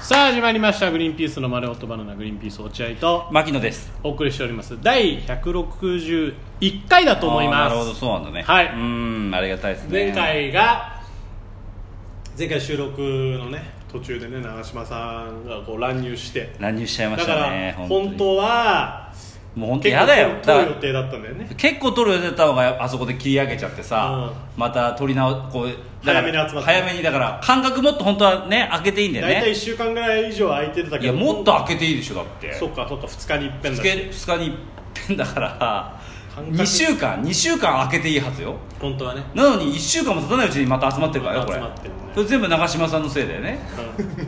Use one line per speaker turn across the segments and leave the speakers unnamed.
さあ始まりました「グリーンピースの丸オットバナナグリーンピース落合」と
牧野です
お送りしております第161回だと思いま
あーなるほど
す
そうなんだね
はいう
ーんありがたいです
前
ね
回が前回収録のね途中でね長嶋さんがこう乱入して
乱入しちゃいま
だ
し
か
た
ら
ね
本
に
当は
もう本当
結
や
構
だよ
撮る
だか
予
ら
定だったんだよね
結構撮る予定だったのがあそこで切り上げちゃってさ、また撮り直こうだ
早
から
めに集まって
早めにだから間隔もっと本当はね開けていいんだよ
大体1
ね
週間ぐらい以上空いてた
い
け
や
ど
もっと開けていいでしょだって
そっかそっか2日にいっぺんだ
2日にいっぺんだから
間隔
2週間2週間開けていいはずよ
本当はね
なのに1週間も経たないうちにまた集まってるからねこれ
集まってるね
それ全部長嶋さんのせいだよね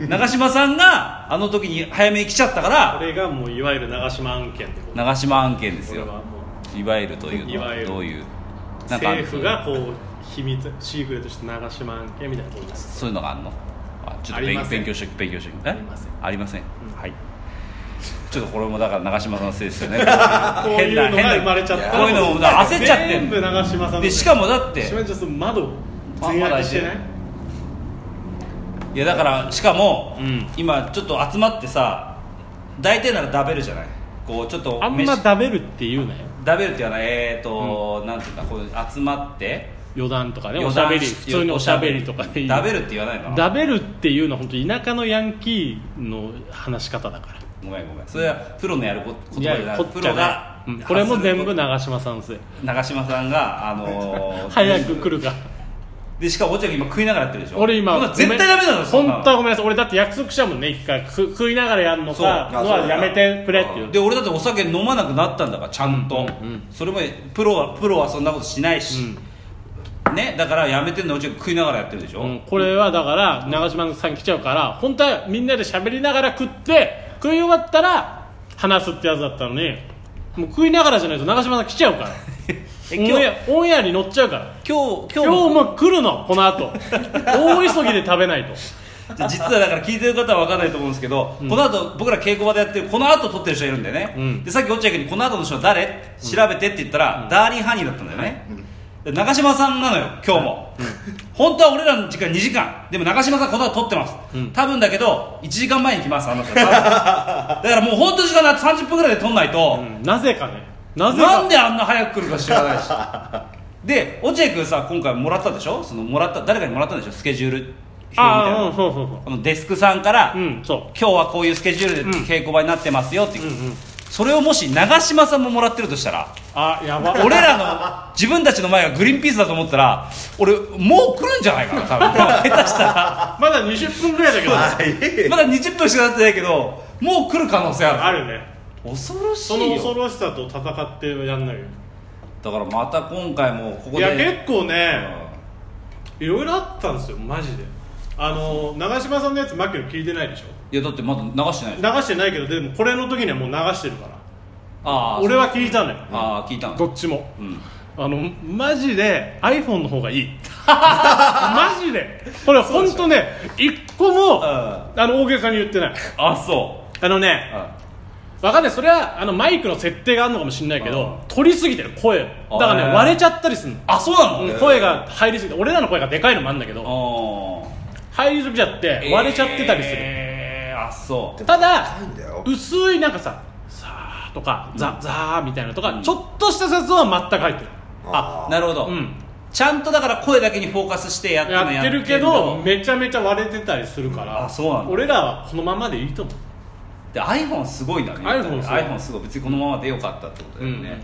長嶋さんがあの時に早めに来ちゃったか
こ
ら
れがもういわゆる長島案件ってこと
長嶋案件です
これは
よ
もう
いわゆるという
い
の
わゆ
は
る
どういうなんかある
政府がこう秘密シークレットして長島案件みたいなことです
そういうのがあんのあちょっと
ありま
勉
せん
勉強しとく勉強しとく
ありません
ありません、
うん
はいちょっとこれもだから長嶋さんのせいです よね
こういうのが生まれちゃった
こういうのもだから焦っちゃって
全部長島さん
でしか
も
もだって
島ちゃんその窓
あ
全開けしてない
まだいやだからしかも、
うん
今ちょっと集まってさ大体ならダベるじゃないこうちょっと
あんま
飯
食べるって言うなよ
ダベるって言わないえーと、なんていうんだこう集まって
余談とかねお
余
しゃ
談
べり
し
普通におしゃべりとかでいい
ダベるって言わないの
ダベるっていうのは本当田舎のヤンキーの話し方だから
ごめんごめんそれはプロのやるこ
い
言葉
や
じゃない
こっ
プ
ち
ロ
ゃ
が、
ねうんこれも全部
発する
長嶋さんのせい
長嶋さんがあの ー
早く来るか
でしかも落合君今食いながらやってるでしょ
俺今
こんな絶対ダメなのそんなの
本当はごめんなさい俺だって約束したもんね一回く食いながらやるの
そう
か
あ
のはやめてくれっていう
で俺だってお酒飲まなくなったんだからちゃんと、
うんうん
それもプロはプロはそんなことしないし、
う
ねだからやめてんのうち食いながらやってるでし
ん
ょ、
うんこれはだから長嶋さん来ちゃうから本当はみんなで喋りながら食って食い終わったら話すってやつだったのにもう食いながらじゃないと長嶋さん来ちゃうから
え
オン
今日
エアオンエアに乗っちゃうから
今日
今
今
日
日も
も来るのこの後大急ぎで食べないと
実はだから聞いてる方は分かんないと思うんですけど、この後僕ら稽古場でやってるこの後撮ってる人いるんだよね、
うん
でさっき落合君に「この後の人は誰?」調べてって言ったら、ダーリンハニーだったんだよね、で長嶋さんなのよ今日も、本当は俺らの時間2時間でも長嶋さんこの後撮ってます、
うん
多分だけど1時間前に来ますあの人だからもう本当時間な30分ぐらいで撮んないと、
うんなぜかねなぜ
なん
か
であんな早く来るか知 らないしで落合君さ今回もらったでしょそのもらった誰かにもらったんでしょスケジュール表みたいな
ああ
の
うんそうそうそ
このデスクさんから、
ううんそう
今日はこういうスケジュールで
うん
稽古場になってますよっていう、
うんうん
それをもし長嶋さんももらってるとしたら
あやば
俺らの自分たちの前がグリーンピースだと思ったら俺もう来るんじゃないかな 多分下手したら
まだ20分ぐらいだけど
まだ20分しか経ってないけどもう来る可能性あ
あ
る
るね
恐ろし
その
い
恐
よ
ろしさと戦ってやんないよ
だからまた今回もこ
い
こで
や結構
う
ね
ん
いろいろあったんですよマジであの長嶋さんのやつマキの聞いてないでしょ
いやだってまだ流してない
流
でしょ
してないけどでもこれの時にはもう流してるから
ああ
俺は聞いたのよ
ああ聞いたの
どっちも
うん
あのマジで iPhone の方がい いマジでこれ本当ね一個もあの大げさに言ってない
あそ
あの
う
ね
あ
わかんないそれはあのマイクの設定があるのかもしれないけど取りすぎてる声をだから
あ
ね
ー
割れちゃったりするの
あそうなの、
うん声が入りすぎて俺らの声がでかいのもあるんだけど
ああ
入りすぎちゃって割れちゃってたりする、
えーあそう
ただ
いんだよ
薄いなんかささーとかザザーみたいなのとか、ちょっとした説は全く入ってる
あなるほど、
うん
ちゃんとだから声だけにフォーカスしてやってるの
やってるけ
や
ど
ってる
めちゃめちゃ割れてたりするから、
あそうなんだ
俺らはこのままでいいと思う
で iPhone すごいんだね
iPhone すごい
iPhone すごい別にこのままでよかったってことだよね、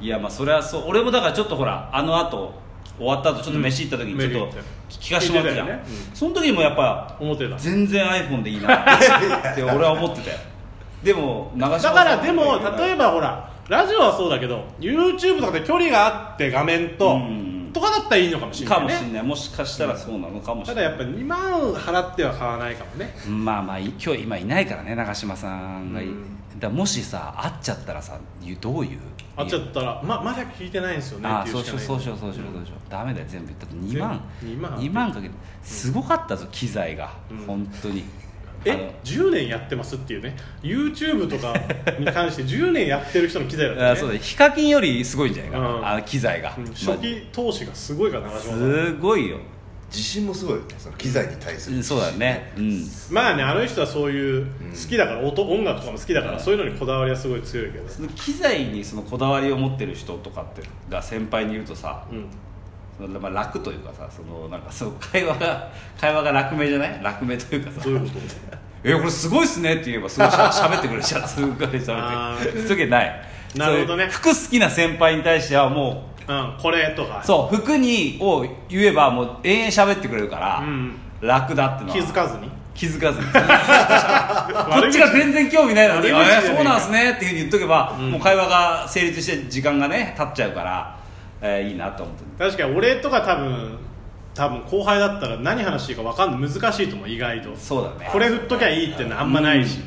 うん
いやまあそれはそう俺もだからちょっとほらあの後終わった後ちょっと飯行った時にちょっ
うん
と聞かしてもらったじゃん、
聞いてたよね
その時にもやっぱ
思ってた
全然 iPhone でいい なって俺は思ってたよでも長
だからでも例え
ば
ばほらラジオはそうだけど YouTube とかで距離があって画面と、
うん
とかだったらいいのかもしれな
か
い
も
ね
しんないもしかしたらそうなのかもしたれ
だ
ない
やっぱ2万払っては買わないかもね
まあまあい今日今いないからね長嶋さんがい、
うん
だからもしさ会っちゃったらさゆどういう
あっちゃったらままだ聞いてないんですよねっ
ああ
てい
そうう
しか
しよ
な
う
い
そうしようそうしようそうしようダメだよ全部言ったと2万
全部2万
かけてすごかったぞ機材が、
ん
本当にあの
え10年やってますっていうね YouTube とかに関 して10年やってる人の機材だったね
あそうだヒカキンよりすごいんじゃないかな、
うん
あの機材が、
うん
まあ
初期投資がすごいから長嶋さん
すごいよ
自信もすごいよねその機材に対する、
うんそうだねうん
まあねあの人はそういう好きだから、音音楽とかも好きだから、そういうのにこだわりはすごい強いけど、
その機材にそのこだわりを持ってる人とかってが先輩にいるとさ
うん、
そのまあ楽というかさそのなんかそう会話が 会話が楽名じゃない楽名というかさ
どういう こと
「えこれすごいっすね」って言えばすごいしゃ喋ってくれるしゃすごい喋
あ
ってくれ
ー
るそういうわけない
なるほどね
そういう服好きな先輩に対してはも
うん、これとか
うそう服にを言えばもう延々喋ってくれるから、
うん
楽だってのは
気づかずに
気づかずにこっちが全然興味ないのに「え
悪口じゃねえか
そうなんすね」っていうふうに言っとけば、
ん
もう会話が成立して時間がね経っちゃうから、えーいいなと思って
確かに俺とか多分多分後輩だったら何話していいか分かんない難しいと思う意外と
そうだね
これ振っときゃいいってのはあんまないし、
うん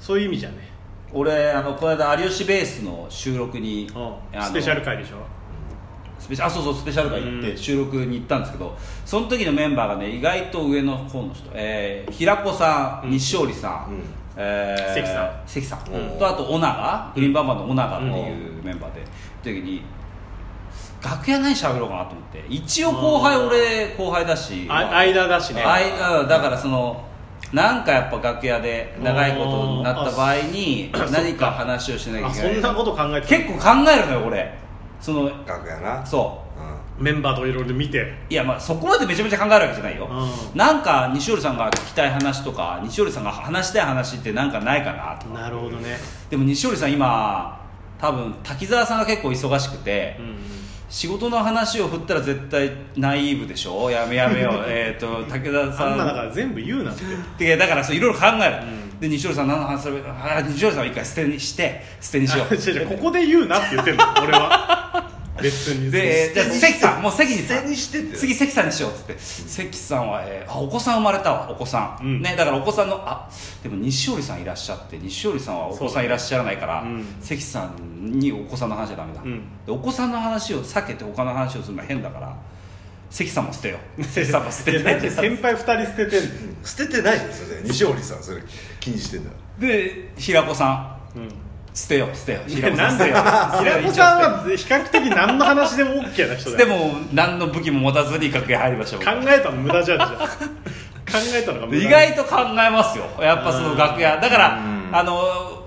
そういう意味じゃね
俺あのこの間有吉ベースの収録に
う
あ
ん
の
スペシャル回でしょ
スペシャルあそうそうスペシャル会行っ
う
て
ん
収録に行ったんですけど、その時のメンバーがね意外と上の方の人、えー平子さん西勝利さん、
うん
えー
関さん
関さん、
うん
とあとオナガグリーンバンバンのオナガっていうメンバーで、って時に楽屋何喋ろうかなと思って一応後輩俺後輩だし
あ間だしね
あいうんだからそのなんかやっぱ楽屋で長いことになった場合に
あそ
何か話をしなきゃ
あ
いけ
そ
ない
んなこと考えて
結構考えるのよ俺その
楽やな
そう
う
メンバーといろいろ見て
いやまあそこまでめちゃめちゃ考えるわけじゃないよ、
う
なんか西織さんが聞きたい話とか西織さんが話したい話ってなんかないかなと
なるほどね、
でも西織さん今多分滝沢さんが結構忙しくて、
うん
仕事の話を振ったら絶対ナイーブでしょやめやめようえ っと滝沢さ
あ
ん
んなだから全部言うなって
でだからそういろいろ考える、
うん
で西織さん何の話するあー西織さんを一回捨てにして捨てにし よ
あ
う
違う違うここで言うなって言ってんの俺は 別に
でじゃあ関さんもう関にさ
捨てにしてって
次関さんにしようっつって関さんは、えーあお子さん生まれたわお子さん、
うん
ね、だからお子さんのあでも西織さんいらっしゃって西織さんはお子
そう
さ
だ
ん
ね
いらっしゃらないから、
うん
関さんにお子さんの話はダメだ、
うん
でお子さんの話を避けて他の話をするのは変だから関さんも捨てよう関さんも捨 て
いやだってて 先輩2人捨ててんの
ん捨ててないですよね西堀さんそれ気にしてんだから
で平子さん
うん
捨てよう捨てよう
い
平
や
子さ
なんんでよ
捨てよう
平子さんは比較的何の話でも OK な人だ
で
よ
も何の武器も持たずに楽屋入りましょう
考えたの無駄じゃん じゃん考えたのが無駄
意外と考えますよやっぱその楽屋だから
うん
あの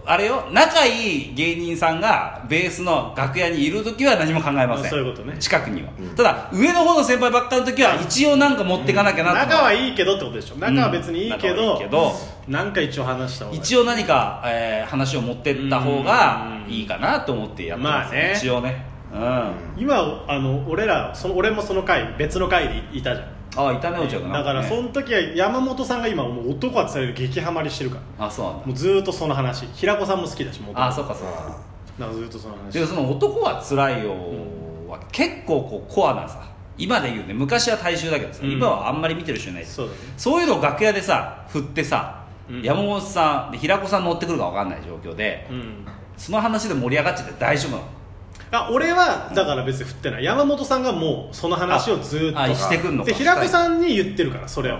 あれよ仲いい芸人さんがベースの楽屋にいる時は何も考えません
そういうことね
近くには、
ん
ただ上の方の先輩ばっかの時は一応なんか持っていかなきゃなと思う
仲はいいけどってことでしょ仲は別にいいけ
うん仲
ど,、
はいいけど
なんか一応話した方がいい
一応何か、えー話を持ってった方がいいかなと思ってやってま
ま
す、
あね
一応ねうん、
今あの俺らその俺もその回別の回でいたじゃん
ああ痛め落ちゃうかな
だからそ
ね
の時は山本さんが今もう男はされる激ハマりしてるから
あそうなんだ
もうずーっとその話平子さんも好きだしもう
あ
男
そうかそうか
あ
なんかずーっとその話
でその男は辛いよは結構こうコアなさ今で言うね昔は大衆だけどさ、
うん
今はあんまり見てる人いない
そうだね
そういうのを楽屋でさ振ってさ、
うん
山本さんで平子さん乗ってくるか分かんない状況で
うん
その話で盛り上がっちゃって大丈夫なの
あ俺はだから別に振ってない山本さんがもうその話をずーっと
あしてくんのか
で平子さんに言ってるからそれを
うん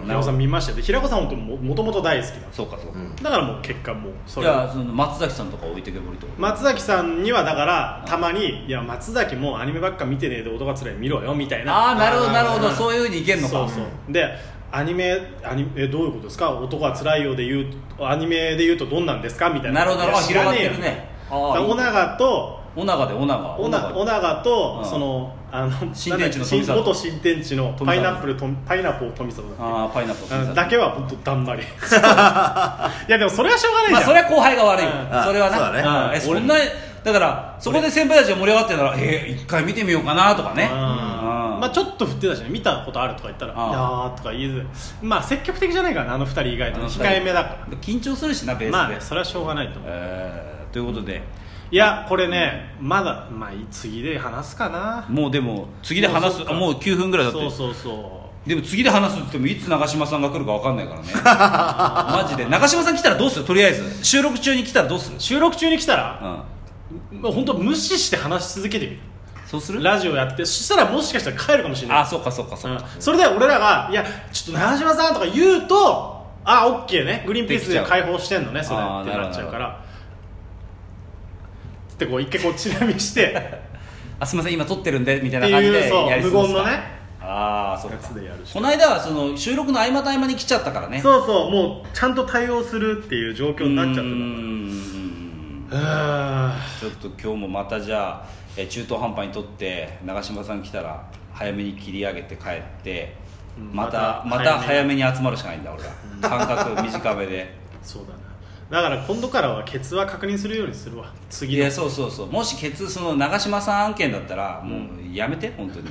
うん
な
平子
るほ
さ
ど
ん見ましたよで平子さん本当ももともと大好きだ
そうかそうか、
うん
だからもう結果もうそ
じ
れ
ゃあその松崎さんとか置いてけぼりってこと
松崎さんにはだからたまに「いや松崎もうアニメばっか見てねえで男がつらい見ろよ」みたいな
ああなるほどなるほど
うん
そういうふうにいけんのか
そうそうでアニメアニメえどういうことですか男はつらいようで言うアニメで言うとどんなんですかみたいな
なるほどなるほど
いや知らねえ
広がってるねあー
よだから
いい
オナガと
オナガでオナガ
オナオナガ
う
と
ん
そのあの
新天地
なんだっけ
の富里
元新天地の
富里
パイナップルとパイナップル富里だっ
ああーパイナップ
け
ル
うんだけは本当だんま りいやでもそれはしょうがないじ
ま
ゃ
あ
ん
それは後輩が悪いよ
うん
それは
そうだね
なうんえそんなだからそこで先輩たちが盛り上がってたらえー一回見てみようかなとかね
あ
う
ー
ん
まあ、ちょっと振ってたしね見たことあるとか言ったら「いや
あー
ー」とか言えずまあ積極的じゃないからねあの二人以外と
あの二人
控えめだか
緊張するしなベ
ら
ースで
まあねそれはしょうがないと思う
えーということで
いやこれねまだまあ次で話すかな
もうでも次で話
もうそ
す
っか
あもう9分ぐらいだっ
そう
て
そうそう
でも次で話すって言ってもいつ長嶋さんが来るか分かんないからね マジで長嶋さん来たらどうするとりあえず収録中に来たらどうする
収録中に来た
う
ら
ん
もう本当無視して話し続けてみ
そうす
る
る
ラジオやってそしたらもしかしたら帰るかもしれない
あそうかそうかそううんか
それで俺らが「いやちょっと長嶋さん」とか言うと「あオッケーねグリーンピースで解放してんのねそれ」
あー
ってなっちゃう
なるほどな
か
る
らつってこう一回こうチラ見して
あすいません今撮ってるんでみた
っ
い
て
な感じ
いう
で
そ
や
う
り
無
過ご
言
す
の
か
ね
ああそう
や
か
つでやるし
この間はその収録の合間と合間に来ちゃったからねう
そうそうもうちゃんと対応するっていう状況になっちゃってたから
ん
あ
ちょっと今日もまたじゃあえー中途半端に撮って長嶋さん来たら早めに切り上げて帰って
うん
また
ま
ま
た
た
早
早めに集まるしかないんだ俺は間隔短めで
そうだなだから今度からはケツは確認するようにするわ
い
次の
やそうそうそうもしケツその長嶋さん案件だったらもうやめて本当に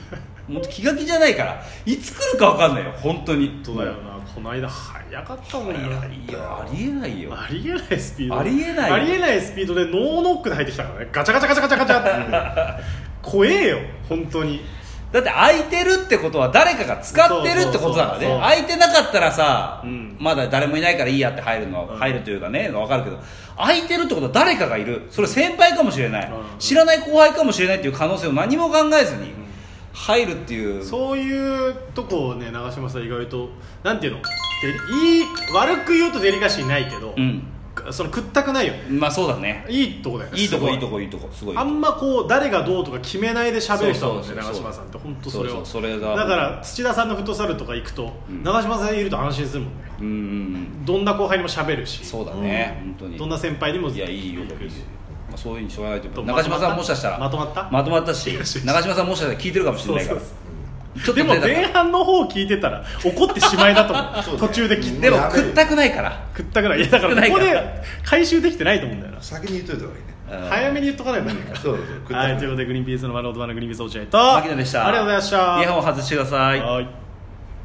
もう気が気じゃないからいつ来るか分かんないよ本当に
ことだよなこの間早かったもん
い
な
やいやありえないよ
ありえないスピード
ありえないよ
ありえないスピードでノーノックで入ってきたからねガチャガチャガチャガチャガチャって怖えよ本当に
だって空いてるってことは誰かが使ってるってことだから
そうそうそうそ
ね
う
空いてなかったらさ、
うん
まだ誰もいないからいいやって入るのは、
うん
入るというかね分かるけど空いてるってことは誰かがいるそれ先輩かもしれない、
うん
知らない後輩かもしれないっていう可能性を何も考えずに入るっていう、
そういうとこをね長嶋さん意外となんていうのでいい悪く言うとデリカシーないけど、
うん
その屈託ないよね
まあそうだね
いいとこだよね
いいと
すご
こいいとこいいとこすごい
あんまこう誰がどうとか決めないで喋る人なんだよね
そ
長
うそうそうそ
嶋
う
さんって本当それは
そうそうそれが
だから土田さんのフットサルとか行くと、
うん
長嶋さんいると安心するもんね
うんうんうん
どんな後輩にも喋るし
そうだね、本当に
どんな先輩にも
いやいいよいいよいいよまあ、そういうふうにしょうがないと思う
まとま
中
った
島さんもしかしたら
まとまった
まとまっ たし中島さんもしかしたら聞いてるかもしれないから
そうそ
ちょっと
で
ね
も
だから
前半の方を聞いてたら怒ってしまいだと
そう
思う
だね
途中で切って
でも
やめる
食ったくないから、
食ったぐらいいやだからここ
少ないか
で
ら
回収できてないと思うんだよな
先に言っといた方がいいね
うん
早めに言っとかないとダメか
そうそうそう
はいということでグリーンピースの丸尾とバナナグリーンピース落合と
牧野でした
ありがとうございました
イヤホン外してください
はい